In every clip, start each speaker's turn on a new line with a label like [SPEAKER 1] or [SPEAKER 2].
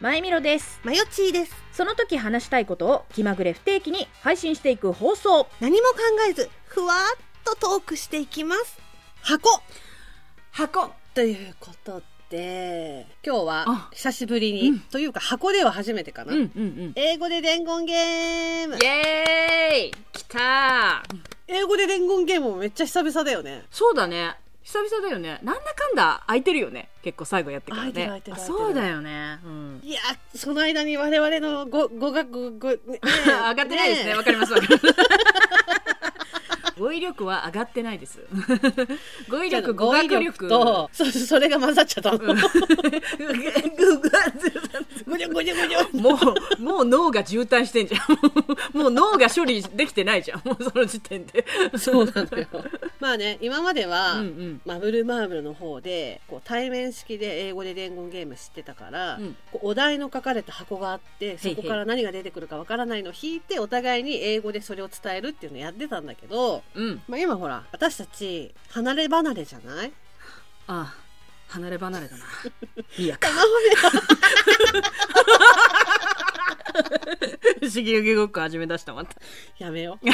[SPEAKER 1] まゆみろです
[SPEAKER 2] マヨチーです
[SPEAKER 1] その時話したいことを気まぐれ不定期に配信していく放送
[SPEAKER 2] 何も考えずふわっとトークしていきます箱
[SPEAKER 3] 箱ということで今日は
[SPEAKER 1] あ
[SPEAKER 3] 久しぶりに、
[SPEAKER 1] うん
[SPEAKER 3] というか箱では初めてかな、
[SPEAKER 1] うん
[SPEAKER 3] 英語で伝言ゲーム
[SPEAKER 1] イエーイきたー
[SPEAKER 3] 英語で伝言ゲームもめっちゃ久々だよね
[SPEAKER 1] そうだね久々だよねなんだかんだ空いてるよね結構最後やってからね
[SPEAKER 3] 空いてる空いてる
[SPEAKER 1] あ
[SPEAKER 3] 空いてる
[SPEAKER 1] そうだよねうん
[SPEAKER 3] いやその間に我々のご語学語、ね
[SPEAKER 1] 上がってないですね。わ、かります。わかります語彙力は上がってないです。 語彙
[SPEAKER 3] ちょっと
[SPEAKER 1] 力、
[SPEAKER 3] 語
[SPEAKER 1] 語
[SPEAKER 3] 学
[SPEAKER 1] 学
[SPEAKER 3] 力
[SPEAKER 1] 力
[SPEAKER 3] とそそれが混ざっちゃったの、
[SPEAKER 1] うん
[SPEAKER 3] ごにょごにょごにょ
[SPEAKER 1] もう、もう脳が渋滞してんじゃん。もう脳が処理できてないじゃん。も うその時点で。
[SPEAKER 3] そうなのよ まあね今までは、
[SPEAKER 1] うんうん
[SPEAKER 3] マブルマーブルの方でこう対面式で英語で伝言ゲームしてたから、
[SPEAKER 1] うん
[SPEAKER 3] こうお題の書かれた箱があってそ
[SPEAKER 1] へい
[SPEAKER 3] こから何が出てくるかわからないのを引いてお互いに英語でそれを伝えるっていうのをやってたんだけど、
[SPEAKER 1] うん。
[SPEAKER 3] まあ、今ほら私たち離れ離れじゃ ない
[SPEAKER 1] ああ、離れ離れだな。 いや、
[SPEAKER 3] 生骨が
[SPEAKER 1] 不思議ごっこ始め出したまた。
[SPEAKER 3] やめよう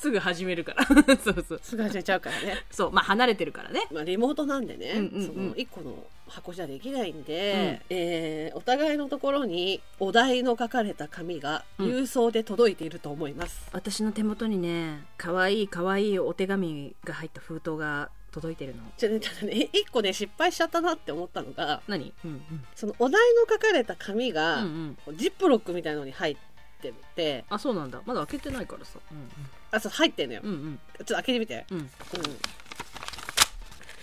[SPEAKER 1] すぐ始めるから。 そうそう。
[SPEAKER 3] すぐ始めちゃうか らね、
[SPEAKER 1] そう、まあ離れてるからね。
[SPEAKER 3] まあ、リモートなんでね、
[SPEAKER 1] うんうんうん
[SPEAKER 3] その1個の箱じゃできないんで、えーお互いのところにお題の書かれた紙が郵送で届いていると思います、
[SPEAKER 1] 私の手元にね可愛い可愛いお手紙が入った封筒が届いてるの
[SPEAKER 3] じゃあね、ただね、一個ね、失敗しちゃったなって思ったのが、
[SPEAKER 1] 何うん
[SPEAKER 3] そのお題の書かれた紙
[SPEAKER 1] うん、
[SPEAKER 3] が
[SPEAKER 1] う、んうん、
[SPEAKER 3] ジップロックみたいのに入ってて、
[SPEAKER 1] あそうなんだまだ開けてないからさう
[SPEAKER 3] あ、そう、入ってんのよ。
[SPEAKER 1] んうんうん
[SPEAKER 3] ちょっと開けてみて。
[SPEAKER 1] うんうん
[SPEAKER 3] うん。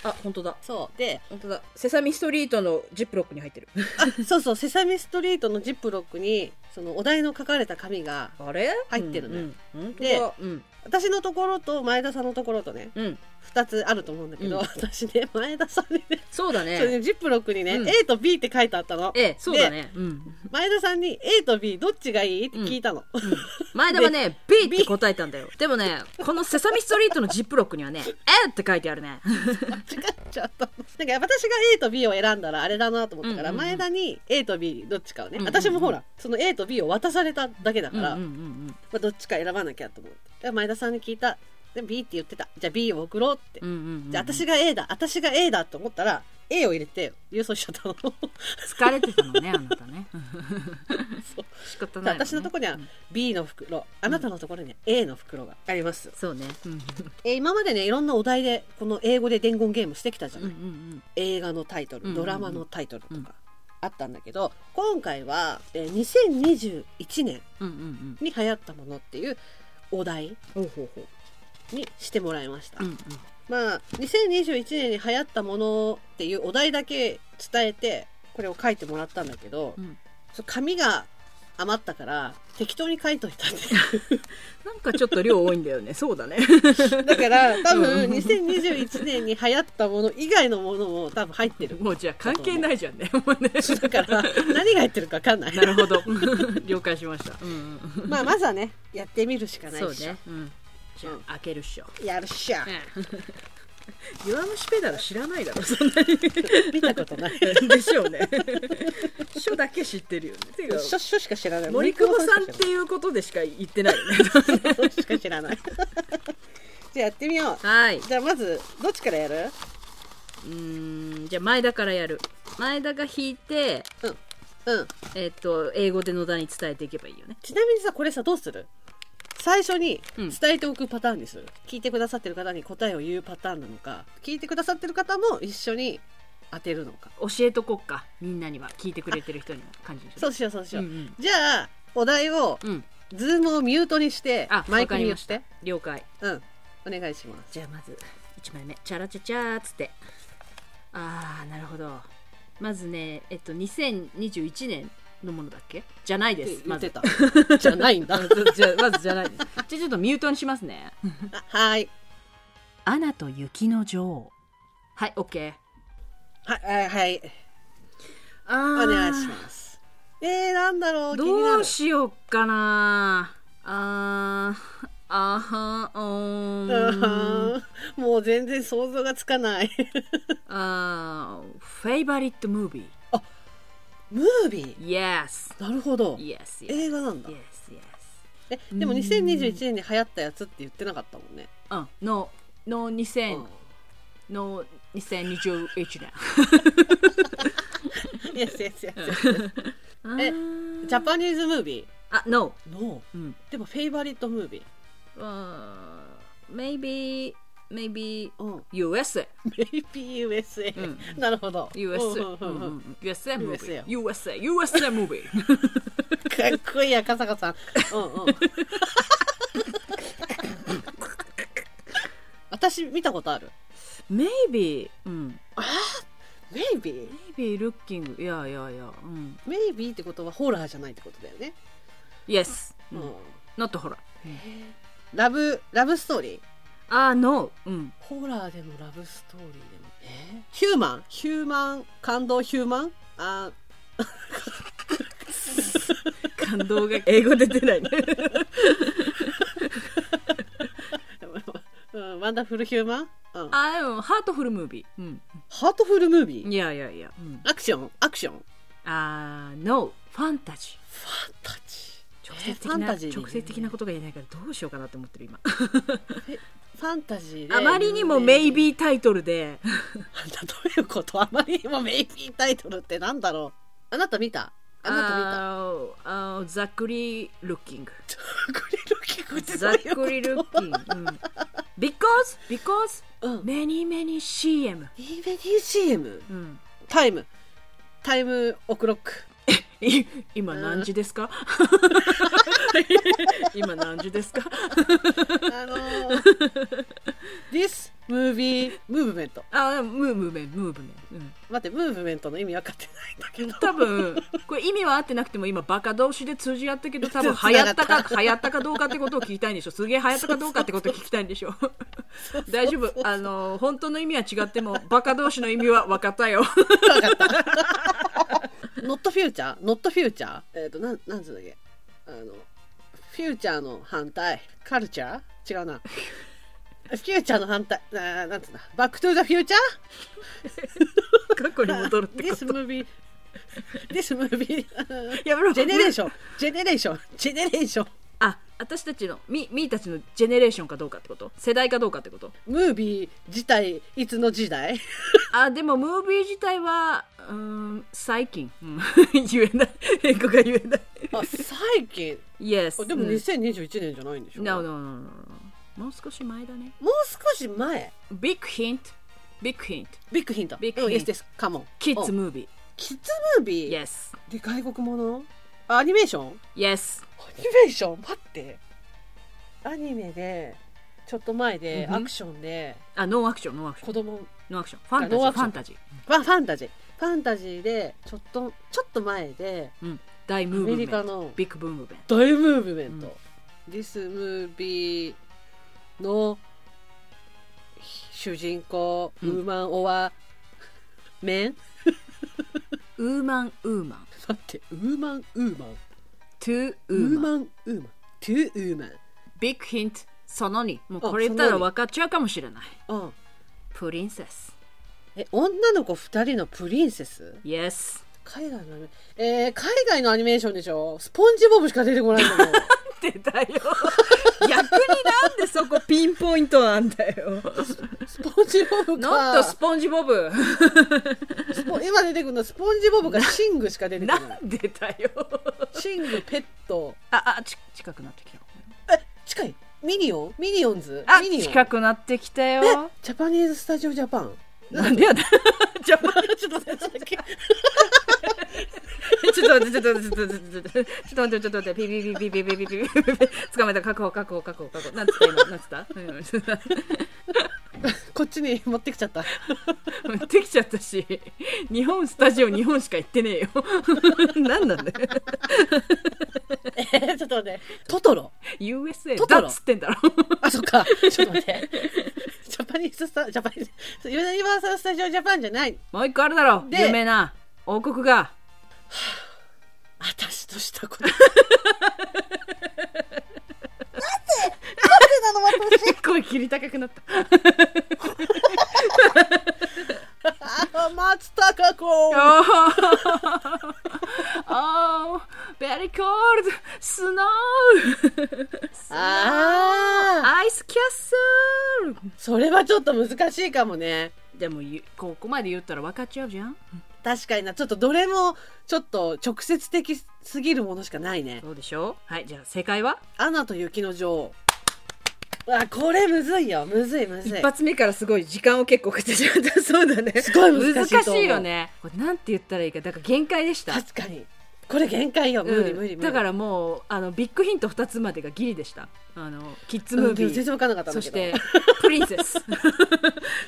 [SPEAKER 1] あ本当だ
[SPEAKER 3] そう。で、
[SPEAKER 1] 本当だセサミストリートのジップロックに入ってる
[SPEAKER 3] あ、そうそう、セサミストリートのジップロックに、そのお題の書かれた紙が、
[SPEAKER 1] あれ
[SPEAKER 3] 入ってるね
[SPEAKER 1] うんうん、本当
[SPEAKER 3] で
[SPEAKER 1] だうん
[SPEAKER 3] 私のところと前田さんのところとね、
[SPEAKER 1] うん
[SPEAKER 3] 二つあると思うんだけど、
[SPEAKER 1] うん
[SPEAKER 3] 私ね、前田さんにね、
[SPEAKER 1] そうだ
[SPEAKER 3] それ
[SPEAKER 1] ね
[SPEAKER 3] ねジップロックにね、
[SPEAKER 1] うん
[SPEAKER 3] A と B って書いてあったの。
[SPEAKER 1] ええそうだねうん
[SPEAKER 3] 前田さんに A と B どっちがいいって聞いたの。
[SPEAKER 1] 前田はね B って答えたんだよでもねこのセサミストリートのジップロックには ね A って書いてあるね
[SPEAKER 3] 間違っちゃったなんか私が A と B を選んだらあれだなと思ったから、
[SPEAKER 1] うんうんうん
[SPEAKER 3] 前田に A と B どっちかをね、
[SPEAKER 1] うんうんうん
[SPEAKER 3] 私もほらその A と B を渡されただけだから、
[SPEAKER 1] うんう
[SPEAKER 3] ま
[SPEAKER 1] んうん
[SPEAKER 3] あ、どっちか選ばなきゃと思ってだから前田さんに聞いたで B って言ってたじゃあ B を送ろうって、
[SPEAKER 1] うんうんうんうん
[SPEAKER 3] じゃあ私が A だ私が A だと思ったら A を入れて郵送しちゃったの
[SPEAKER 1] 疲れてたのねあなた ね
[SPEAKER 3] そう
[SPEAKER 1] 仕方ないわね
[SPEAKER 3] 私のとこには
[SPEAKER 1] うん
[SPEAKER 3] B の袋あなたのところには A の袋があります、
[SPEAKER 1] そうねうん
[SPEAKER 3] えー今までねいろんなお題でこの英語で伝言ゲームしてきたじゃ
[SPEAKER 1] う
[SPEAKER 3] なんい、
[SPEAKER 1] うん
[SPEAKER 3] 映画のタイトル、
[SPEAKER 1] うんうんうん
[SPEAKER 3] ドラマのタイトルと
[SPEAKER 1] うん
[SPEAKER 3] かあったんだけど、今回は、えー2021年
[SPEAKER 1] うんうんうん
[SPEAKER 3] に流行ったものっていうお題
[SPEAKER 1] ほうほうほ
[SPEAKER 3] にしてもらいまし
[SPEAKER 1] う
[SPEAKER 3] た、
[SPEAKER 1] んうん
[SPEAKER 3] まあ2021年に流行ったものっていうお題だけ伝えてこれを書いてもらったんだけど、
[SPEAKER 1] うん
[SPEAKER 3] その紙が余ったから適当に書いといたっていう
[SPEAKER 1] なんかちょっと量多いんだよねそう だね
[SPEAKER 3] だから多分
[SPEAKER 1] うん
[SPEAKER 3] 2021年に流行ったもの以外のものも多分入ってる
[SPEAKER 1] もうじゃあ関係ないじゃんねも うね
[SPEAKER 3] だから何が入ってるか分かんない
[SPEAKER 1] なるほど了解しましたうんうん
[SPEAKER 3] まあまずはねやってみるしかないっし
[SPEAKER 1] そ
[SPEAKER 3] ょ
[SPEAKER 1] うねうんじゃあ開けるっしょ
[SPEAKER 3] やるっしゃ
[SPEAKER 1] 弱虫ペダル知らないだろそんな
[SPEAKER 3] 見たことない
[SPEAKER 1] にでしょう ね書だけ知ってるよねていうか
[SPEAKER 3] しょしょしか知らない
[SPEAKER 1] 森久保さんっていうことでしか言ってないよね
[SPEAKER 3] そうしか知らないじゃあやってみよ う
[SPEAKER 1] はい
[SPEAKER 3] じゃあまずどっちからやる
[SPEAKER 1] うーんじゃあ前田からやる前田が引いて
[SPEAKER 3] うん
[SPEAKER 1] えっと英語で野田に伝えていけばいいよね
[SPEAKER 3] ちなみにさこれさどうする最初に
[SPEAKER 1] うん
[SPEAKER 3] 伝えておくパターンにする、聞いてくださってる方に答えを言うパターンなのか聞いてくださってる方も一緒に当てるのか
[SPEAKER 1] 教えとこっかみんなには聞いてくれてる人にも感じでしょ
[SPEAKER 3] そうしようそうしよう、
[SPEAKER 1] んん
[SPEAKER 3] じゃあお題を
[SPEAKER 1] うん
[SPEAKER 3] ズームをミュートにして
[SPEAKER 1] あ
[SPEAKER 3] マイク
[SPEAKER 1] わか
[SPEAKER 3] に
[SPEAKER 1] り
[SPEAKER 3] 寄
[SPEAKER 1] ま
[SPEAKER 3] っ
[SPEAKER 1] して了解
[SPEAKER 3] うんお願いします
[SPEAKER 1] じゃあまず1枚目チャラチャチャーっつってあーなるほどまずねえっと2021年のものだっけじゃないです
[SPEAKER 3] 言
[SPEAKER 1] ま
[SPEAKER 3] って
[SPEAKER 1] ず
[SPEAKER 3] た じゃないんだ
[SPEAKER 1] じゃあまずじゃないです じゃあちょっとミュートにしますね
[SPEAKER 3] あはい
[SPEAKER 1] 「アナと雪の女王」はい OK
[SPEAKER 3] はいはいはい
[SPEAKER 1] あ
[SPEAKER 3] お
[SPEAKER 1] ー
[SPEAKER 3] 願いしますえー、なんだろう気にな
[SPEAKER 1] ど
[SPEAKER 3] る
[SPEAKER 1] うしよっかなあーあはんう
[SPEAKER 3] う
[SPEAKER 1] ーん
[SPEAKER 3] んもう全然想像がつかない
[SPEAKER 1] あーフェイバリットムービー
[SPEAKER 3] ムービー
[SPEAKER 1] Yes
[SPEAKER 3] なるほど
[SPEAKER 1] Yes Yes
[SPEAKER 3] 映画なんだ
[SPEAKER 1] Yes Yes
[SPEAKER 3] えでも
[SPEAKER 1] うん
[SPEAKER 3] 2021年に流行ったやつって言ってなかったもんね、
[SPEAKER 1] うんのの2000、
[SPEAKER 3] うん
[SPEAKER 1] の2021年
[SPEAKER 3] Yes, yes, yes, yes.
[SPEAKER 1] え
[SPEAKER 3] ジャパニーズムービ
[SPEAKER 1] あ No
[SPEAKER 3] ーの
[SPEAKER 1] うん
[SPEAKER 3] でもフェイバリットムービ
[SPEAKER 1] Maybe Maybe
[SPEAKER 3] ー、うん、
[SPEAKER 1] USA
[SPEAKER 3] Maybe USA、
[SPEAKER 1] うん
[SPEAKER 3] なるほど
[SPEAKER 1] USA
[SPEAKER 3] うんうんうんうん
[SPEAKER 1] USA movie
[SPEAKER 3] USA
[SPEAKER 1] USA USA movie
[SPEAKER 3] かっこいい赤坂さん。うんうん。私見たことある。
[SPEAKER 1] Maybe うん
[SPEAKER 3] Maybe。
[SPEAKER 1] Maybe looking いやいやいやうん
[SPEAKER 3] Maybe ってことはホラーじゃないってことだよね。
[SPEAKER 1] Yes
[SPEAKER 3] う
[SPEAKER 1] うんん。Not ほら
[SPEAKER 3] ラブラブストーリー。
[SPEAKER 1] あ No うん
[SPEAKER 3] ホラーでもラブストーリーでも。えヒューマンヒューマン感動ヒューマンあ
[SPEAKER 1] 感動が英語で出 ないね
[SPEAKER 3] うんワンダフルヒューマン、うん、
[SPEAKER 1] あでもハートフルムービーうん
[SPEAKER 3] ハートフルムービー
[SPEAKER 1] いやいやいやうん
[SPEAKER 3] アクションアクションフ
[SPEAKER 1] あ No ファンタジー
[SPEAKER 3] ァンタジ
[SPEAKER 1] 直接
[SPEAKER 3] えーファ
[SPEAKER 1] 的
[SPEAKER 3] ン
[SPEAKER 1] な
[SPEAKER 3] タジーに
[SPEAKER 1] 直接的なことが言えないからどうしようかなと思ってる今
[SPEAKER 3] ーファンタジーで
[SPEAKER 1] あまりにも「メイビー」タイトルで
[SPEAKER 3] あんたどういうことあまりにもメイビータイトルってなんだろうあなた見たあなた見 た
[SPEAKER 1] あーあーざっくりルッキング
[SPEAKER 3] ざっくりルッキングってど
[SPEAKER 1] ざ
[SPEAKER 3] う
[SPEAKER 1] っ
[SPEAKER 3] いうこと
[SPEAKER 1] くりルッキング、うん、because because
[SPEAKER 3] うん。
[SPEAKER 1] many many CM、
[SPEAKER 3] イーベニー CM
[SPEAKER 1] うん、
[SPEAKER 3] タイムタイムオクロック
[SPEAKER 1] い今何時ですか 今何時ですか
[SPEAKER 3] あの ー、This movie movement
[SPEAKER 1] あムーブメントムーブメント、うん、
[SPEAKER 3] 待ってムーブメントの意味分かってないんだけど
[SPEAKER 1] 多分これ意味は合ってなくても今バカ同士で通じ合ったけ ど多分流行った
[SPEAKER 3] 繋がっ
[SPEAKER 1] か流行ったかどうかってことを聞きたいんでしょすげえ流行ったかどうかってことを聞きたいんで しょ大丈夫あの本当の意味は違ってもバカ同士の意味は分かった よ
[SPEAKER 3] ノットフューチャーノットフューチャーえっ、となんなんつうんだっけあのフューチャーの反対カルチャー違 うなフューチャーの反対ななんつうんだバックトゥーザフューチャー
[SPEAKER 1] 過去に戻るってこ
[SPEAKER 3] This
[SPEAKER 1] と
[SPEAKER 3] movie This movie
[SPEAKER 1] やめろ
[SPEAKER 3] ジェネレーションジェネレーションジェネレーション
[SPEAKER 1] あ私たちのみみーたちのジェネレーションかどうかってこと世代かどうかってこと
[SPEAKER 3] ムービー自体いつの時代
[SPEAKER 1] あでもムービー自体はうーん最近、うん 言えない英語が言えない
[SPEAKER 3] あ最近
[SPEAKER 1] Yes
[SPEAKER 3] あでも
[SPEAKER 1] うん
[SPEAKER 3] 2021年じゃないんでしょ、
[SPEAKER 1] No,
[SPEAKER 3] もう
[SPEAKER 1] no, no, no, no. もう少し前だね。
[SPEAKER 3] 少し前
[SPEAKER 1] ビッグヒント、ビッグヒント、
[SPEAKER 3] ビッグヒント
[SPEAKER 1] ビッグヒント
[SPEAKER 3] うん yes, yes, come on
[SPEAKER 1] キッズ
[SPEAKER 3] うん
[SPEAKER 1] ムービ
[SPEAKER 3] キッズムー
[SPEAKER 1] ー。
[SPEAKER 3] ビー
[SPEAKER 1] Yes,
[SPEAKER 3] で外国ものあアニメーション
[SPEAKER 1] yes.
[SPEAKER 3] アニメーション待ってアニメでちょっと前で、
[SPEAKER 1] うんうん
[SPEAKER 3] アクションで
[SPEAKER 1] あ、ノーアクション、ノーアクション
[SPEAKER 3] 子。供
[SPEAKER 1] ノーアクション。ファンタジ
[SPEAKER 3] ノー
[SPEAKER 1] ー、
[SPEAKER 3] アク
[SPEAKER 1] フ
[SPEAKER 3] シ
[SPEAKER 1] ァ
[SPEAKER 3] ョン
[SPEAKER 1] ンタジー。
[SPEAKER 3] はファンタジーファンタジーでちょっとちょっと前で
[SPEAKER 1] 大
[SPEAKER 3] ア
[SPEAKER 1] ムーブ
[SPEAKER 3] メ
[SPEAKER 1] メン
[SPEAKER 3] リカ
[SPEAKER 1] ト。
[SPEAKER 3] の
[SPEAKER 1] ビッグブームメント。
[SPEAKER 3] 大ムーブメント、This movie の主人公、
[SPEAKER 1] うん
[SPEAKER 3] ウーマン・オア・メン
[SPEAKER 1] ウーマン、ウーマン。
[SPEAKER 3] 待ってウーマン・ウーマン
[SPEAKER 1] トゥー
[SPEAKER 3] ウ
[SPEAKER 1] ウーマ
[SPEAKER 3] ー
[SPEAKER 1] ン。
[SPEAKER 3] マン・ウーマントゥ・ウーマン
[SPEAKER 1] ビッグヒント、その2。もう
[SPEAKER 3] あ
[SPEAKER 1] これ言った
[SPEAKER 3] そ
[SPEAKER 1] ら
[SPEAKER 3] の二
[SPEAKER 1] 分かっちゃうかもしれない。
[SPEAKER 3] うん
[SPEAKER 1] プリンセス。
[SPEAKER 3] え女の子2人のプリンセス
[SPEAKER 1] Yes。
[SPEAKER 3] 海外のアニメ、えー、海外のアニメーションでしょスポンジボブしか出てこないん だもん
[SPEAKER 1] 出たよ。 逆になんでそこピンポイントなんだよ。
[SPEAKER 3] スポンジボブ
[SPEAKER 1] ノット
[SPEAKER 3] か
[SPEAKER 1] スポンジボブ。
[SPEAKER 3] スポ今出てくるのスポンジボブかシングしか出てこ
[SPEAKER 1] な
[SPEAKER 3] ない
[SPEAKER 1] んでだよ。
[SPEAKER 3] シングペット
[SPEAKER 1] あ、あ、ち近くなってきた。
[SPEAKER 3] 近いミニオンミニオンズ
[SPEAKER 1] あ、
[SPEAKER 3] ミニオン
[SPEAKER 1] 近くなってきたよ。
[SPEAKER 3] ジャパニーズスタジオジャパン
[SPEAKER 1] なんでやだ。ジャパン、 ちょっと待って、ちょっと待って、ちょっと待って、ちょっと待って、ちょっと待って、ちょっと待って、ちょっと待って、ピピピピピピピピピピピ。捕まえた、確保、確保、確保、確保。なんつった、今、なんつった。うんちょっと
[SPEAKER 3] こっちに持ってきちゃった
[SPEAKER 1] 持ってきちゃったし。日本スタジオ、日本しか行ってねえよ。なんなんだよ。
[SPEAKER 3] えーちょっと待ってトトロ
[SPEAKER 1] U. S. A.
[SPEAKER 3] トトロ
[SPEAKER 1] だっつってんだろ
[SPEAKER 3] あそ っかちょっと待って ジャパニーズスタジャパニーズユニバーサルスタジオジャパンじゃない
[SPEAKER 1] もう一個あるだろ
[SPEAKER 3] で
[SPEAKER 1] 有名な。王国が。
[SPEAKER 3] 私としたこと
[SPEAKER 2] なの私
[SPEAKER 1] 声切り高くなった。
[SPEAKER 3] あ松たか子
[SPEAKER 1] おー コールドスノー
[SPEAKER 3] ああ
[SPEAKER 1] アイスキャッスル
[SPEAKER 3] それはちょっと難しいかもね
[SPEAKER 1] でもゆここまで言ったら分かっちゃうじゃん
[SPEAKER 3] 確かになちょっとどれもちょっと直接的すぎるものしかないね
[SPEAKER 1] そうでしょはいじゃあ正解は
[SPEAKER 3] 「アナと雪の女王」あこれむずいよむずいむずい
[SPEAKER 1] 一発目からすごい時間を結構食ってしまった そうだね
[SPEAKER 3] すごい
[SPEAKER 1] 難
[SPEAKER 3] 難
[SPEAKER 1] し
[SPEAKER 3] し
[SPEAKER 1] い
[SPEAKER 3] いと思う
[SPEAKER 1] よねこれなんて言ったらいいかだから限界でした
[SPEAKER 3] 確かにこれ限界よ無理
[SPEAKER 1] うん
[SPEAKER 3] 無理無理、
[SPEAKER 1] だからもうあのビッグヒント2つまでがギリでしたあのキッズムービ
[SPEAKER 3] うんでも全
[SPEAKER 1] ー、
[SPEAKER 3] 然分かんなかったん
[SPEAKER 1] そ
[SPEAKER 3] だけ
[SPEAKER 1] し
[SPEAKER 3] ど
[SPEAKER 1] てプリンセス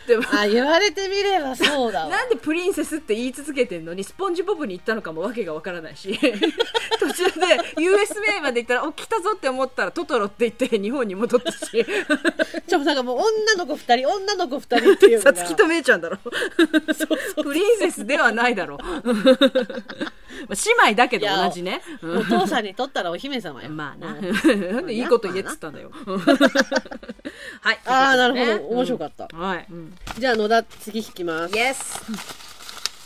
[SPEAKER 1] でも
[SPEAKER 3] あ言われてみればそうだわ
[SPEAKER 1] なんでプリンセスって言い続けてんのにスポンジボブに行ったのかもわけがわからないし 途中で USBA まで行ったら「お来たぞ」って思ったらトトロって言って日本に戻った し
[SPEAKER 3] ちょっとなんかもう女の子二人女の子二人っていうの
[SPEAKER 1] さ
[SPEAKER 3] が
[SPEAKER 1] つ きとめいちゃんだろプリンセスではない だろまあ姉妹だけど
[SPEAKER 3] いや
[SPEAKER 1] 同じね、うん
[SPEAKER 3] お父さんにとったらお姫様よ
[SPEAKER 1] まあな。
[SPEAKER 3] う
[SPEAKER 1] なんんでいいこと言えっつったんだよ。 はい。
[SPEAKER 3] ああな
[SPEAKER 1] ということでね
[SPEAKER 3] るほど面白かった、
[SPEAKER 1] うんはい。
[SPEAKER 3] じゃあ野田次引きます
[SPEAKER 1] イエス。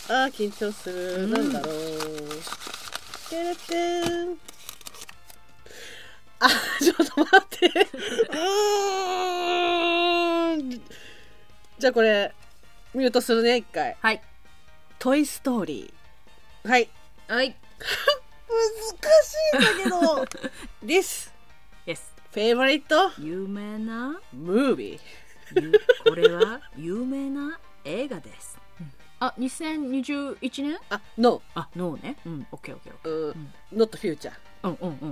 [SPEAKER 3] あー緊張する、
[SPEAKER 1] ん
[SPEAKER 3] なんだろうてれてんあ ちょっと待ってうーんじゃあこれミュートするね一回
[SPEAKER 1] はい。
[SPEAKER 3] 「トイ・ストーリー」はい
[SPEAKER 1] はい。
[SPEAKER 2] 難しいんだけ ど
[SPEAKER 3] 「This
[SPEAKER 1] イエス。
[SPEAKER 3] favorite
[SPEAKER 1] 有名な、
[SPEAKER 3] movie
[SPEAKER 1] ゆこれは有名な映画です。あ、2021年」
[SPEAKER 3] あ No
[SPEAKER 1] あ、ノーね。うん、オッケーオッケーオッケー。
[SPEAKER 3] うん Not Future
[SPEAKER 1] うんうんうん。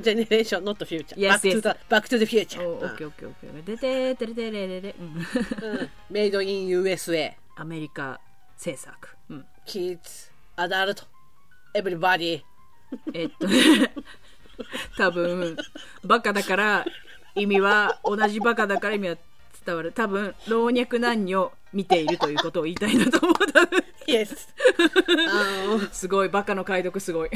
[SPEAKER 3] Generation Not
[SPEAKER 1] Yes,
[SPEAKER 3] Future Back to
[SPEAKER 1] yes.
[SPEAKER 3] the Back to the
[SPEAKER 1] おオッケーオッケー
[SPEAKER 3] Future
[SPEAKER 1] オッケー。でててれてれれれ。 うん。
[SPEAKER 3] Made in USA
[SPEAKER 1] アメリカ制作。うん。
[SPEAKER 3] Kids Adult Everybody
[SPEAKER 1] えっと 多分バカだから意味は同じバカだから意味は伝わる多分老若男女見ているということを言いたいなと思う多分
[SPEAKER 3] Yes あの
[SPEAKER 1] すごいバカの解読すごい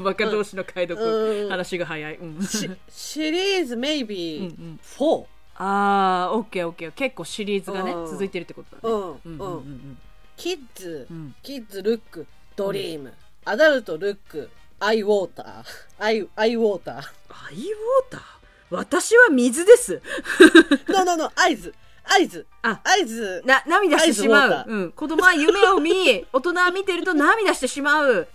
[SPEAKER 1] バカ同士の解読、
[SPEAKER 3] うん
[SPEAKER 1] 話が早い、うん、
[SPEAKER 3] しシリーズ maybe 4
[SPEAKER 1] あーオッケーオッケー結構シリーズがね
[SPEAKER 3] うん
[SPEAKER 1] 続いてるってことだ
[SPEAKER 3] う
[SPEAKER 1] ねうん
[SPEAKER 3] ん
[SPEAKER 1] う
[SPEAKER 3] うん
[SPEAKER 1] うんん
[SPEAKER 3] キッズ
[SPEAKER 1] うん
[SPEAKER 3] キッズルックドリームアダルトルックアイウォーターアイアイウォータ
[SPEAKER 1] アイウォーター私は水です
[SPEAKER 3] ー No no no アイズアイズ
[SPEAKER 1] あ
[SPEAKER 3] アイズ
[SPEAKER 1] な涙してしま
[SPEAKER 3] アイスウォー
[SPEAKER 1] う
[SPEAKER 3] タ、ー
[SPEAKER 1] うん、子供は夢を見大人は見てると涙してしまう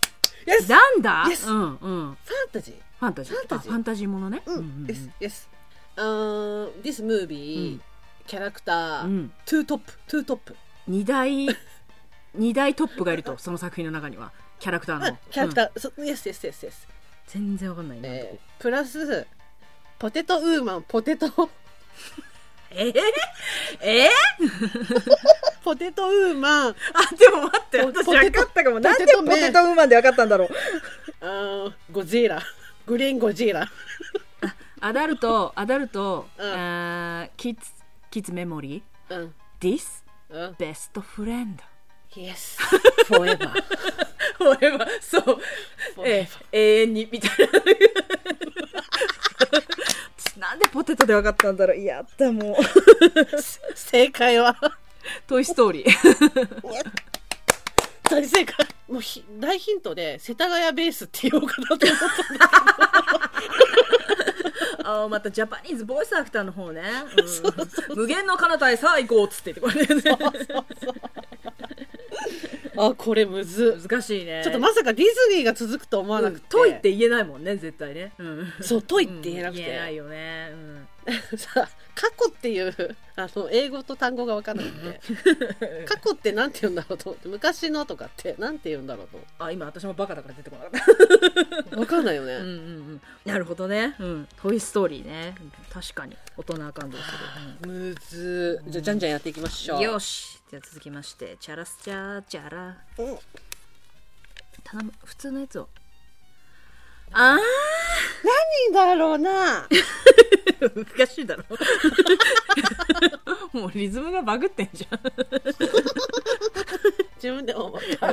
[SPEAKER 3] Yes ファン
[SPEAKER 1] なんだ、
[SPEAKER 3] Yes
[SPEAKER 1] うんうん。
[SPEAKER 3] タジー
[SPEAKER 1] ファンタジー。
[SPEAKER 3] ファンタジー
[SPEAKER 1] あファンタジーものね。
[SPEAKER 3] う
[SPEAKER 1] うんん
[SPEAKER 3] Yes Yes あー This movie
[SPEAKER 1] ん
[SPEAKER 3] キャラクタ
[SPEAKER 1] う
[SPEAKER 3] ー
[SPEAKER 1] ん
[SPEAKER 3] トゥートップトゥートップ
[SPEAKER 1] 二大、二大トップがいると、その作品の中には。キャラクターの。
[SPEAKER 3] キャラク
[SPEAKER 1] ー。
[SPEAKER 3] ターそ Yes Yes Yes Yes
[SPEAKER 1] 全然わかんないな。
[SPEAKER 3] えープラスポテトウーマンポテト
[SPEAKER 1] えー、えー、
[SPEAKER 3] ポテトウーマン
[SPEAKER 1] あ、でも待って、
[SPEAKER 3] ポ
[SPEAKER 1] 私
[SPEAKER 3] ポテ
[SPEAKER 1] 分
[SPEAKER 3] ト
[SPEAKER 1] かったかも。
[SPEAKER 3] ポ
[SPEAKER 1] なん
[SPEAKER 3] テ
[SPEAKER 1] で
[SPEAKER 3] ト
[SPEAKER 1] ポ
[SPEAKER 3] 麺
[SPEAKER 1] テトウーマンで分かったんだろう。
[SPEAKER 3] あーゴジラグリーンゴジラ
[SPEAKER 1] アダルト、アダルト、
[SPEAKER 3] うん
[SPEAKER 1] あーキッズ、キッズメモリー。
[SPEAKER 3] うん
[SPEAKER 1] This
[SPEAKER 3] うん
[SPEAKER 1] best friend.
[SPEAKER 3] Yes forever
[SPEAKER 1] そう。ええ永遠に、みたいな。 なんでポテトで分かったんだろう。やった、もう。
[SPEAKER 3] 正解は
[SPEAKER 1] トイストーリー。
[SPEAKER 3] 大正解もうひ大ヒントで世田谷ベースって言おうかなと思っ た
[SPEAKER 1] ああ、またジャパニーズボイスアクターの方ね。 うん無限の彼方へさあ行こうっつって言ってこれ、ね、
[SPEAKER 3] あこれむず
[SPEAKER 1] 難しいね。
[SPEAKER 3] ちょっとまさかディズニーが続くと思わな
[SPEAKER 1] う
[SPEAKER 3] く
[SPEAKER 1] ん
[SPEAKER 3] て、
[SPEAKER 1] トイって言えないもんね、絶対ね。うん。
[SPEAKER 3] そうトイって言えなく
[SPEAKER 1] うん言えない
[SPEAKER 3] て、
[SPEAKER 1] よね。うん。
[SPEAKER 3] さあ過去っていうあの英語と単語が分からな くて過去ってなんて言うんだろうと思って昔のとかってなんて言うんだろうと思
[SPEAKER 1] あ、今私もバカだから出てこなかった。
[SPEAKER 3] って分かんないよね、
[SPEAKER 1] うんうんうん。なるほどね。うん。トイストーリーね。うん確かに。大人感動す
[SPEAKER 3] むずーじゃあじゃんじゃんやっていきまし
[SPEAKER 1] る。
[SPEAKER 3] ょ
[SPEAKER 1] うん
[SPEAKER 3] う
[SPEAKER 1] よし。じゃあ続きまして、チャラスチャーチャラ。
[SPEAKER 2] うん
[SPEAKER 1] 頼む。普通のやつを。ああ
[SPEAKER 2] 何だろうな
[SPEAKER 1] 難しい だろもうリズムがバグってんじゃん
[SPEAKER 3] 自分でも 思った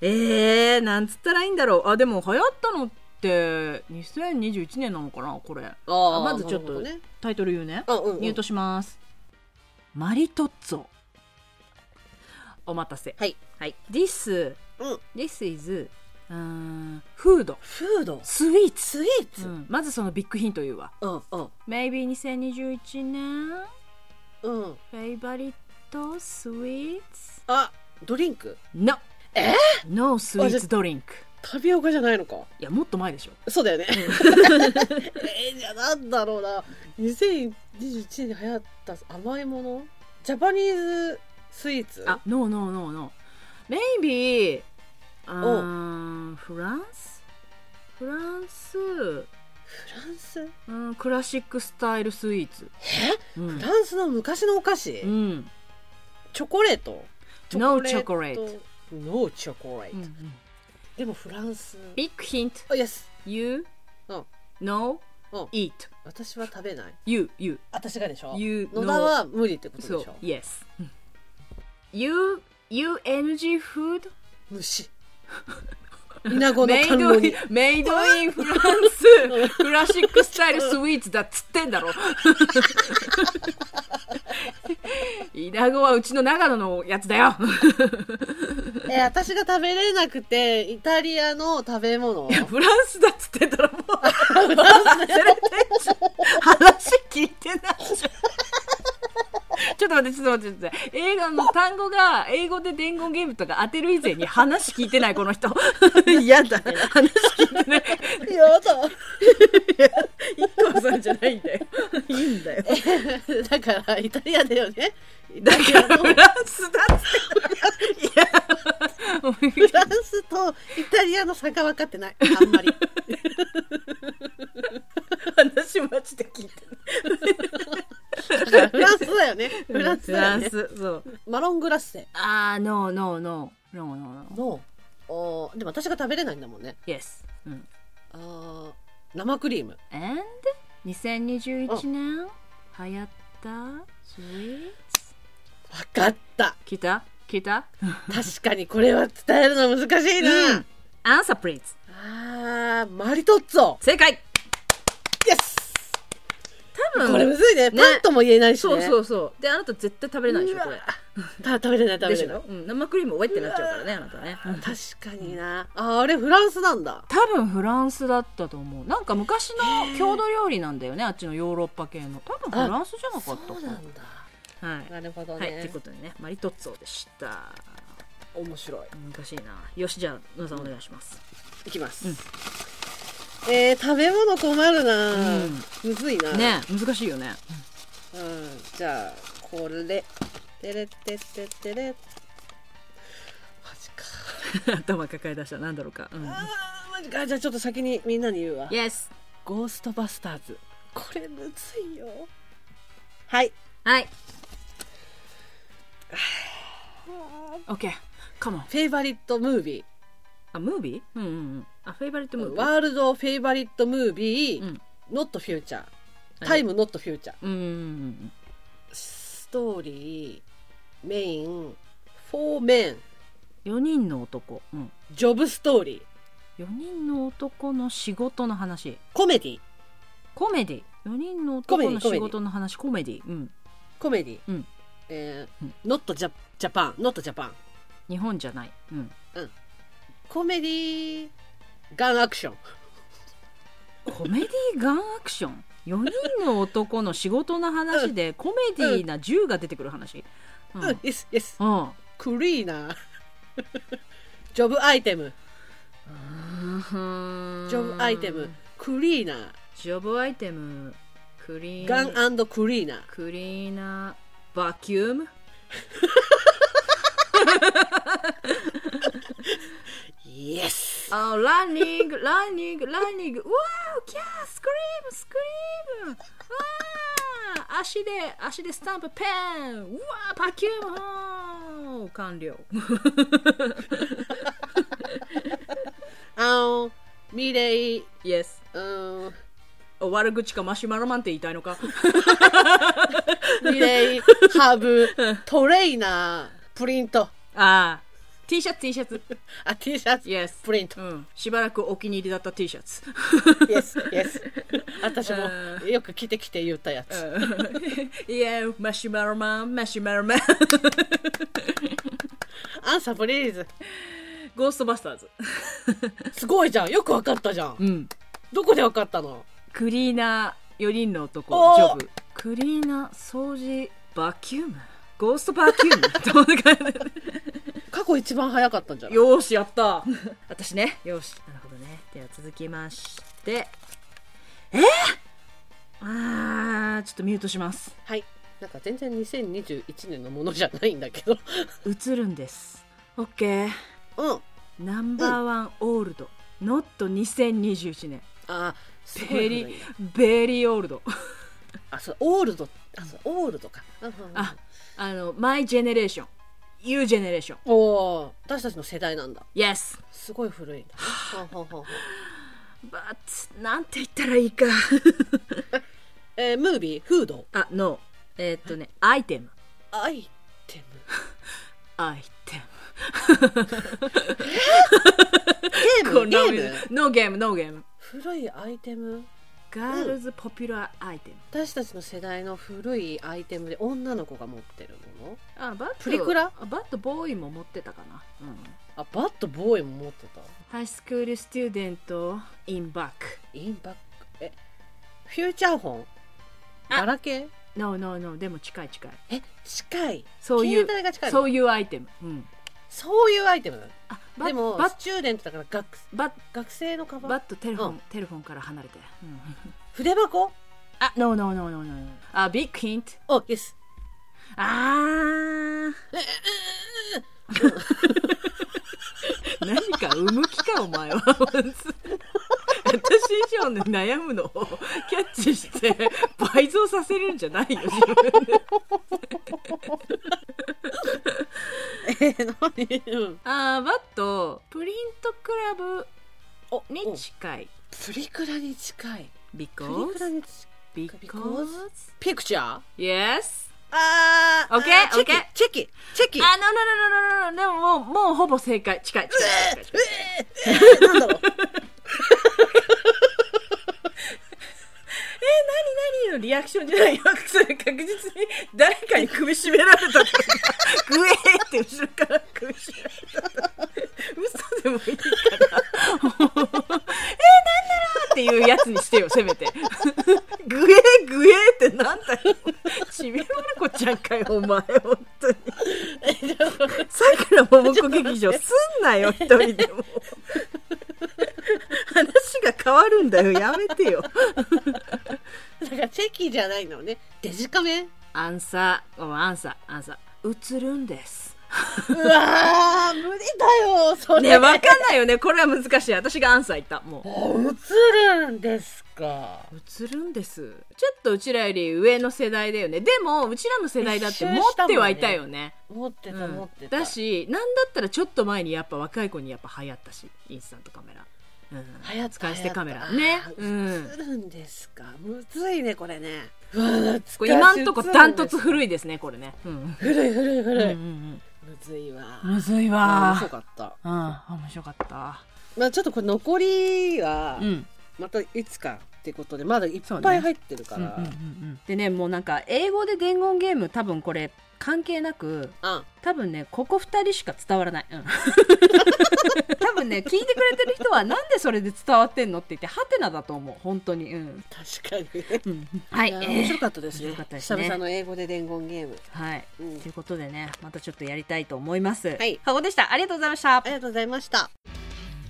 [SPEAKER 1] えー、なんつったらいいんだろうあでも流行ったのって2021年なのかなこれ
[SPEAKER 3] あ
[SPEAKER 1] あまずちょっと
[SPEAKER 3] ね
[SPEAKER 1] タイトル言うね
[SPEAKER 3] あうん、うん、
[SPEAKER 1] ミュートしますマリトッツォお待たせ
[SPEAKER 3] はい
[SPEAKER 1] はい This
[SPEAKER 2] うん
[SPEAKER 1] This is あーフード
[SPEAKER 3] フード
[SPEAKER 1] スイーツ、
[SPEAKER 3] スイーツ
[SPEAKER 1] うんまずそのビッグヒント言うわ
[SPEAKER 3] うんうん
[SPEAKER 1] メイビー2021年
[SPEAKER 3] うん
[SPEAKER 1] フェイバリットスイーツ
[SPEAKER 3] あドリンク
[SPEAKER 1] No
[SPEAKER 3] え
[SPEAKER 1] No スイーツドリンク
[SPEAKER 3] タピオカじゃないのか
[SPEAKER 1] いやもっと前でしょ
[SPEAKER 3] そうだよねえーじゃあなんだろうな2021年に流行った甘いものジャパニーズスイーツ
[SPEAKER 1] あ No No No No Maybe あーフランスフランス、
[SPEAKER 3] フランス
[SPEAKER 1] うん、クラシックスタイルスイーツ
[SPEAKER 3] え
[SPEAKER 1] うん
[SPEAKER 3] フランスの昔のお菓子、
[SPEAKER 1] うん
[SPEAKER 3] チョコレート
[SPEAKER 1] No
[SPEAKER 3] チョコレ
[SPEAKER 1] chocolate
[SPEAKER 3] ート No チョコレート、
[SPEAKER 1] うんうん
[SPEAKER 3] でもフランス
[SPEAKER 1] ビッグヒント
[SPEAKER 3] あ Yes
[SPEAKER 1] You
[SPEAKER 3] うん
[SPEAKER 1] No
[SPEAKER 3] うん
[SPEAKER 1] Eat
[SPEAKER 3] 私は食べない
[SPEAKER 1] You You
[SPEAKER 3] 私がでしょ
[SPEAKER 1] You
[SPEAKER 3] 野田は無理ってことでし
[SPEAKER 1] そう
[SPEAKER 3] ょ
[SPEAKER 1] Yes You UNG food
[SPEAKER 3] 虫稲子の
[SPEAKER 1] メイド
[SPEAKER 3] 甘露
[SPEAKER 1] イン
[SPEAKER 3] に、
[SPEAKER 1] メイド インフランス、クラシックスタイルスイーツだっつってん だろ。イナゴはうちの長野のやつだよ。
[SPEAKER 3] えー私が食べれなくてイタリアの食べ物
[SPEAKER 1] フランスだっつってんだろ、もう。 忘れてんじゃん話聞いてないじゃん。ちょっと待って、ちょっと待って、ちょっと待って。映画の単語が、英語で伝言ゲームとか当てる以前に話聞いてない、この 人。嫌だ。話聞いてない。
[SPEAKER 3] やだ
[SPEAKER 1] 一個さんじゃないんだよ。いいんだよ。
[SPEAKER 3] だからイタリアだよねイタ
[SPEAKER 1] だ
[SPEAKER 3] リ
[SPEAKER 1] か
[SPEAKER 3] ア
[SPEAKER 1] ら
[SPEAKER 3] の
[SPEAKER 1] フ
[SPEAKER 3] フ
[SPEAKER 1] ランスだっつってんだろいや
[SPEAKER 3] ランスとイタリアの差が分かってないあんまり
[SPEAKER 1] 話マジで聞いて
[SPEAKER 3] だからフランスだよねフランス
[SPEAKER 1] フ
[SPEAKER 3] だ
[SPEAKER 1] ラ
[SPEAKER 3] よ
[SPEAKER 1] ン
[SPEAKER 3] ね
[SPEAKER 1] スそう
[SPEAKER 3] マロングラッセ
[SPEAKER 1] ああノーノーノーノーノーノ
[SPEAKER 3] のおーでも私が食べれないんだもんね
[SPEAKER 1] ー Yes うん
[SPEAKER 3] あー生クリーム
[SPEAKER 1] And 2021年流行ったスイーツ
[SPEAKER 3] 分かった
[SPEAKER 1] 聞いた聞いた
[SPEAKER 3] 確かにこれは伝えるの難しいな、
[SPEAKER 1] うんアンサープリーズ
[SPEAKER 3] あーマリトッツォ
[SPEAKER 1] 正解
[SPEAKER 3] イエス
[SPEAKER 1] 多分
[SPEAKER 3] これむずいね
[SPEAKER 1] ね
[SPEAKER 3] パンとも言えないしね
[SPEAKER 1] そうそうそうであなた絶対食べれないでしょこれ
[SPEAKER 3] た食べれない食べ
[SPEAKER 1] でし
[SPEAKER 3] れない
[SPEAKER 1] ょ、うん、生クリームおえってなっちゃうからねあなたね
[SPEAKER 3] 確かになあーあれフランスなんだ
[SPEAKER 1] 多分フランスだったと思うなんか昔の郷土料理なんだよねあっちのヨーロッパ系の多分フランスじゃなかった
[SPEAKER 3] そ
[SPEAKER 1] か
[SPEAKER 3] うなんだ
[SPEAKER 1] なはい、
[SPEAKER 3] なるほど
[SPEAKER 1] はい、とい
[SPEAKER 3] ね
[SPEAKER 1] うことでねマリトッツォでした
[SPEAKER 3] 面白い
[SPEAKER 1] 難しいなよしじゃあ野田さんお願いします
[SPEAKER 3] いきます、えー、食べ物困るな、
[SPEAKER 1] うん
[SPEAKER 3] むずいな、
[SPEAKER 1] ねえ難しいよね
[SPEAKER 3] うん、じゃあこれてれってってってれマジか
[SPEAKER 1] 頭抱え出したなんだろうか、うん、
[SPEAKER 3] あーマジかじゃあちょっと先にみんなに言うわ
[SPEAKER 1] Yes
[SPEAKER 3] ゴーストバスターズこれむずいよはい
[SPEAKER 1] はい オッケーカモン
[SPEAKER 3] フェイバリットムービ
[SPEAKER 1] あムービーうんうんうんあフェイバリットムー
[SPEAKER 3] ー
[SPEAKER 1] ビ
[SPEAKER 3] ワ
[SPEAKER 1] ー
[SPEAKER 3] ールドフェイバリットムービー、
[SPEAKER 1] うん
[SPEAKER 3] ノットフューチャータイムノットフューチャー
[SPEAKER 1] うんうんうん
[SPEAKER 3] ストーリーメインフォーメン
[SPEAKER 1] うん4人の男、うん、
[SPEAKER 3] ジョブストーリー
[SPEAKER 1] 4人の男の仕事の話
[SPEAKER 3] コメディ
[SPEAKER 1] コメディ4人の男の
[SPEAKER 3] コメデ
[SPEAKER 1] 仕
[SPEAKER 3] ィコメディ
[SPEAKER 1] 事の話コメディうん
[SPEAKER 3] コメディ、
[SPEAKER 1] うん
[SPEAKER 3] え
[SPEAKER 1] うん
[SPEAKER 3] ー、ノットジャジャパンノットジャパン
[SPEAKER 1] 日本じゃないうん
[SPEAKER 3] コメディガンアクション
[SPEAKER 1] コメディガンアクション4人の男の仕事の話でコメディな銃が出てくる話うん、
[SPEAKER 3] うん、イエスイエス
[SPEAKER 1] うん
[SPEAKER 3] クリーナー ジョブアイテムジョブアイテムクリーナ
[SPEAKER 1] ジョブアイテムクリーン
[SPEAKER 3] ーガンクリーナー
[SPEAKER 1] クリーナーバキューム
[SPEAKER 3] イエス
[SPEAKER 1] あランニ ングランニングランニングうわーキャースクリームスクリームあー足で足でスタンプペンうわーバキュームほー完了
[SPEAKER 3] あんミレイ
[SPEAKER 1] イエス
[SPEAKER 3] うん
[SPEAKER 1] 悪口かマシュマロマンって言いたいの か
[SPEAKER 3] ミレイハブトレーナープリント
[SPEAKER 1] ああ T シャツ T シャツ
[SPEAKER 3] あ T シャツ
[SPEAKER 1] イエス
[SPEAKER 3] プリント
[SPEAKER 1] うんしばらくお気に入りだった T シャツ
[SPEAKER 3] イエスイエス私も
[SPEAKER 1] う
[SPEAKER 3] よく着てきて言ったやつ、
[SPEAKER 1] イエーマシュマロマンマシュマロマン
[SPEAKER 3] アンサープリーズ
[SPEAKER 1] ゴーストバスターズ。
[SPEAKER 3] すごいじゃんよくわかったじゃん
[SPEAKER 1] うん。
[SPEAKER 3] どこでわかったの
[SPEAKER 1] クリーナー4人の
[SPEAKER 3] お
[SPEAKER 1] 男、
[SPEAKER 3] ー
[SPEAKER 1] ジョブ。クリーナー、掃除、バキューム。ゴーストバキュ ームどうだか
[SPEAKER 3] 過去一番早かったんじゃない
[SPEAKER 1] よーし、やった。私ね。よーし。なるほどね。では続きまして。えー、あー、ちょっとミュートします。
[SPEAKER 3] はいなんか全然2021年のものじゃないんだけど
[SPEAKER 1] 映るんです。オッケー。
[SPEAKER 3] うん
[SPEAKER 1] ナンバーワンオールド。ノット2021年。
[SPEAKER 3] あすご
[SPEAKER 1] ベ
[SPEAKER 3] い
[SPEAKER 1] リ
[SPEAKER 3] 古いな
[SPEAKER 1] ベリーオールド。
[SPEAKER 3] あそうオールドあそうオールドかうんうんうん
[SPEAKER 1] あ、あの、マイジェネレーション。ユージェネレーション。
[SPEAKER 3] おお私たちの世代なんだ
[SPEAKER 1] Yes!
[SPEAKER 3] すごい古いんだねほんほんほんほん
[SPEAKER 1] But, なんて言ったらいいか。
[SPEAKER 3] えームービーフード
[SPEAKER 1] あ、No. えーっとね、アイテム。
[SPEAKER 3] アイテム
[SPEAKER 1] ア イテム。
[SPEAKER 3] ゲームゲ
[SPEAKER 1] の
[SPEAKER 3] ーム
[SPEAKER 1] No game, no game.
[SPEAKER 3] 古いアイテム
[SPEAKER 1] ガールズポピュラーアイテム。
[SPEAKER 3] 私たちの世代の古いアイテムで女の子が持ってるもの
[SPEAKER 1] あ、バット。
[SPEAKER 3] プリクラ
[SPEAKER 1] あバットボーイも持ってたかな。うん。
[SPEAKER 3] あバットボーイも持ってた
[SPEAKER 1] ハイスクールスチューデント、インバック。
[SPEAKER 3] インバックえフューチャーホン
[SPEAKER 1] あ
[SPEAKER 3] ガラケー
[SPEAKER 1] No, no, no. でも近い近い。
[SPEAKER 3] え近い
[SPEAKER 1] そういう
[SPEAKER 3] 携帯が近いの
[SPEAKER 1] そういうアイテム。うん。
[SPEAKER 3] そういうアイテム
[SPEAKER 1] あ、
[SPEAKER 3] でも
[SPEAKER 1] バッ
[SPEAKER 3] ス、チューデントだから学
[SPEAKER 1] バッ、
[SPEAKER 3] 学生のカバ
[SPEAKER 1] バ
[SPEAKER 3] ン
[SPEAKER 1] ッとテレフォン、
[SPEAKER 3] うん
[SPEAKER 1] テレフォンから離れて。うん
[SPEAKER 3] 筆箱
[SPEAKER 1] あ、no, no, no, no, no, no. あ、ビッグヒント。
[SPEAKER 3] おイエス
[SPEAKER 1] あー。何か産む気かお前は私以上に悩むのをキャッチして倍増させるんじゃないよ自分で
[SPEAKER 3] えー、何、うん、
[SPEAKER 1] あーバットプリントクラブ
[SPEAKER 3] お
[SPEAKER 1] に近い
[SPEAKER 3] プリクラに近いプリクラ
[SPEAKER 1] because
[SPEAKER 3] に近い
[SPEAKER 1] because
[SPEAKER 3] ピクチャーあ
[SPEAKER 1] yes
[SPEAKER 3] あー
[SPEAKER 1] OK
[SPEAKER 3] あーチェキ
[SPEAKER 1] OK
[SPEAKER 3] チェキチェキ
[SPEAKER 1] あ、no, no, no, no, no, no. でももう、もうほぼ正解。近い。近い近い近い
[SPEAKER 3] え ーなんだろう
[SPEAKER 1] 何のリアクションじゃないよ。それ確実に誰かに首絞められたとか、グエーって後ろから首絞められたとか。嘘でもいいから。もうえー、なんだろうっていうやつにしてよ、せめて。グエー、グエーってなんだよ。ちびまる子ちゃんかよ、お前。本当に。さくらももこ劇場すんなよ、一人でも。話が変わるんだよ、やめてよ。
[SPEAKER 3] だからチェキじゃないのねデジカメ
[SPEAKER 1] アンサー、ごめんアンサー、アンサー。映るんです。
[SPEAKER 3] うわー無理だよそ
[SPEAKER 1] ね、
[SPEAKER 3] れ
[SPEAKER 1] わかんないよね。これは難しい。私がアンサー言った。もう。
[SPEAKER 3] 映るんですか
[SPEAKER 1] 映るんです。ちょっとうちらより上の世代だよね。でも、うちらの世代だって持ってはいたよね。
[SPEAKER 3] 持って
[SPEAKER 1] う
[SPEAKER 3] た
[SPEAKER 1] ん
[SPEAKER 3] 持ってた、
[SPEAKER 1] だし、なんだったらちょっと前にやっぱ若い子にやっぱ流行ったし、インスタントカメラ。うん。
[SPEAKER 3] 流行った
[SPEAKER 1] 使い捨てカメラ
[SPEAKER 3] 流行
[SPEAKER 1] ね
[SPEAKER 3] った。
[SPEAKER 1] うん。
[SPEAKER 3] 映るんですかむずいねこれねうわ懐かしい
[SPEAKER 1] これ今んとこダントツ
[SPEAKER 3] 映るん
[SPEAKER 1] 古いですね、これね。うん。
[SPEAKER 3] です古い古い古
[SPEAKER 1] う
[SPEAKER 3] い、
[SPEAKER 1] んうん
[SPEAKER 3] むずいわ
[SPEAKER 1] うん。むずい
[SPEAKER 3] 面
[SPEAKER 1] わ
[SPEAKER 3] 白かった
[SPEAKER 1] うん、面白かった。
[SPEAKER 3] まあちょっとこれ残りは
[SPEAKER 1] うん。
[SPEAKER 3] またいつかってことでまだいっ
[SPEAKER 1] そう
[SPEAKER 3] ぱ
[SPEAKER 1] ね
[SPEAKER 3] い入ってるから、
[SPEAKER 1] でねもうなんか英語で伝言ゲーム多分これ関係なく
[SPEAKER 3] あ
[SPEAKER 1] 多分ねここ2人しか伝わらない、うん 多分ね聞いてくれてる人はなんでそれで伝わってんのって言ってハテナだと思う本当にうん、
[SPEAKER 3] 確かにね
[SPEAKER 1] はい
[SPEAKER 3] いや面白かったです
[SPEAKER 1] 面白
[SPEAKER 3] ね
[SPEAKER 1] かったですね
[SPEAKER 3] 久々の英語で伝言ゲーム、
[SPEAKER 1] はい
[SPEAKER 3] うん
[SPEAKER 1] ということでねまたちょっとやりたいと思います
[SPEAKER 3] はい
[SPEAKER 1] ハゴでしたありがとうございました
[SPEAKER 3] ありがとうございました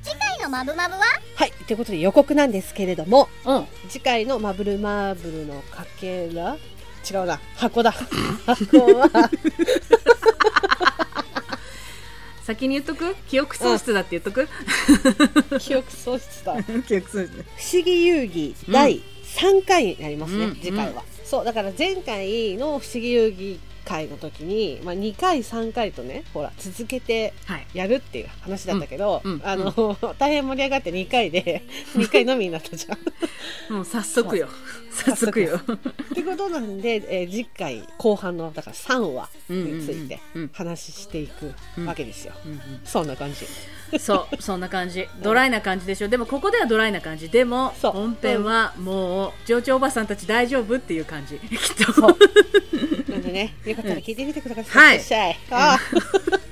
[SPEAKER 2] 次回のマブマブは
[SPEAKER 3] はいということで予告なんですけれども
[SPEAKER 1] うん
[SPEAKER 3] 次回のマブルマーブルのかけら違うな箱だ箱は
[SPEAKER 1] 先に言っとく記憶喪失だって言っとく、
[SPEAKER 3] 記憶喪失だ
[SPEAKER 1] 記憶喪失
[SPEAKER 3] 不思議遊戯第3回になりますね、
[SPEAKER 1] うん
[SPEAKER 3] 次回は、そうだから前回の不思議遊戯会の時に、まあ、2回3回とねほら続けて
[SPEAKER 1] はい
[SPEAKER 3] やるっていう話だったけど、
[SPEAKER 1] うんうん
[SPEAKER 3] あの、大変盛り上がって2 回で2回のみになったじゃん。っ
[SPEAKER 1] もう早速よ早速よ
[SPEAKER 3] てことなんで、えー次回後半のだから3話について
[SPEAKER 1] うんうんうんうん
[SPEAKER 3] 話していくわけですよ。
[SPEAKER 1] うんうん
[SPEAKER 3] そんな感じ。
[SPEAKER 1] そうそんな感じドライな感じでしょでもここではドライな感じでも
[SPEAKER 3] そう
[SPEAKER 1] 本編はもう上長おばさんたち大丈夫っていう感 じきっと
[SPEAKER 3] なんでね、よかったら聞いてみてください。
[SPEAKER 1] はい
[SPEAKER 3] いらっしゃい。あー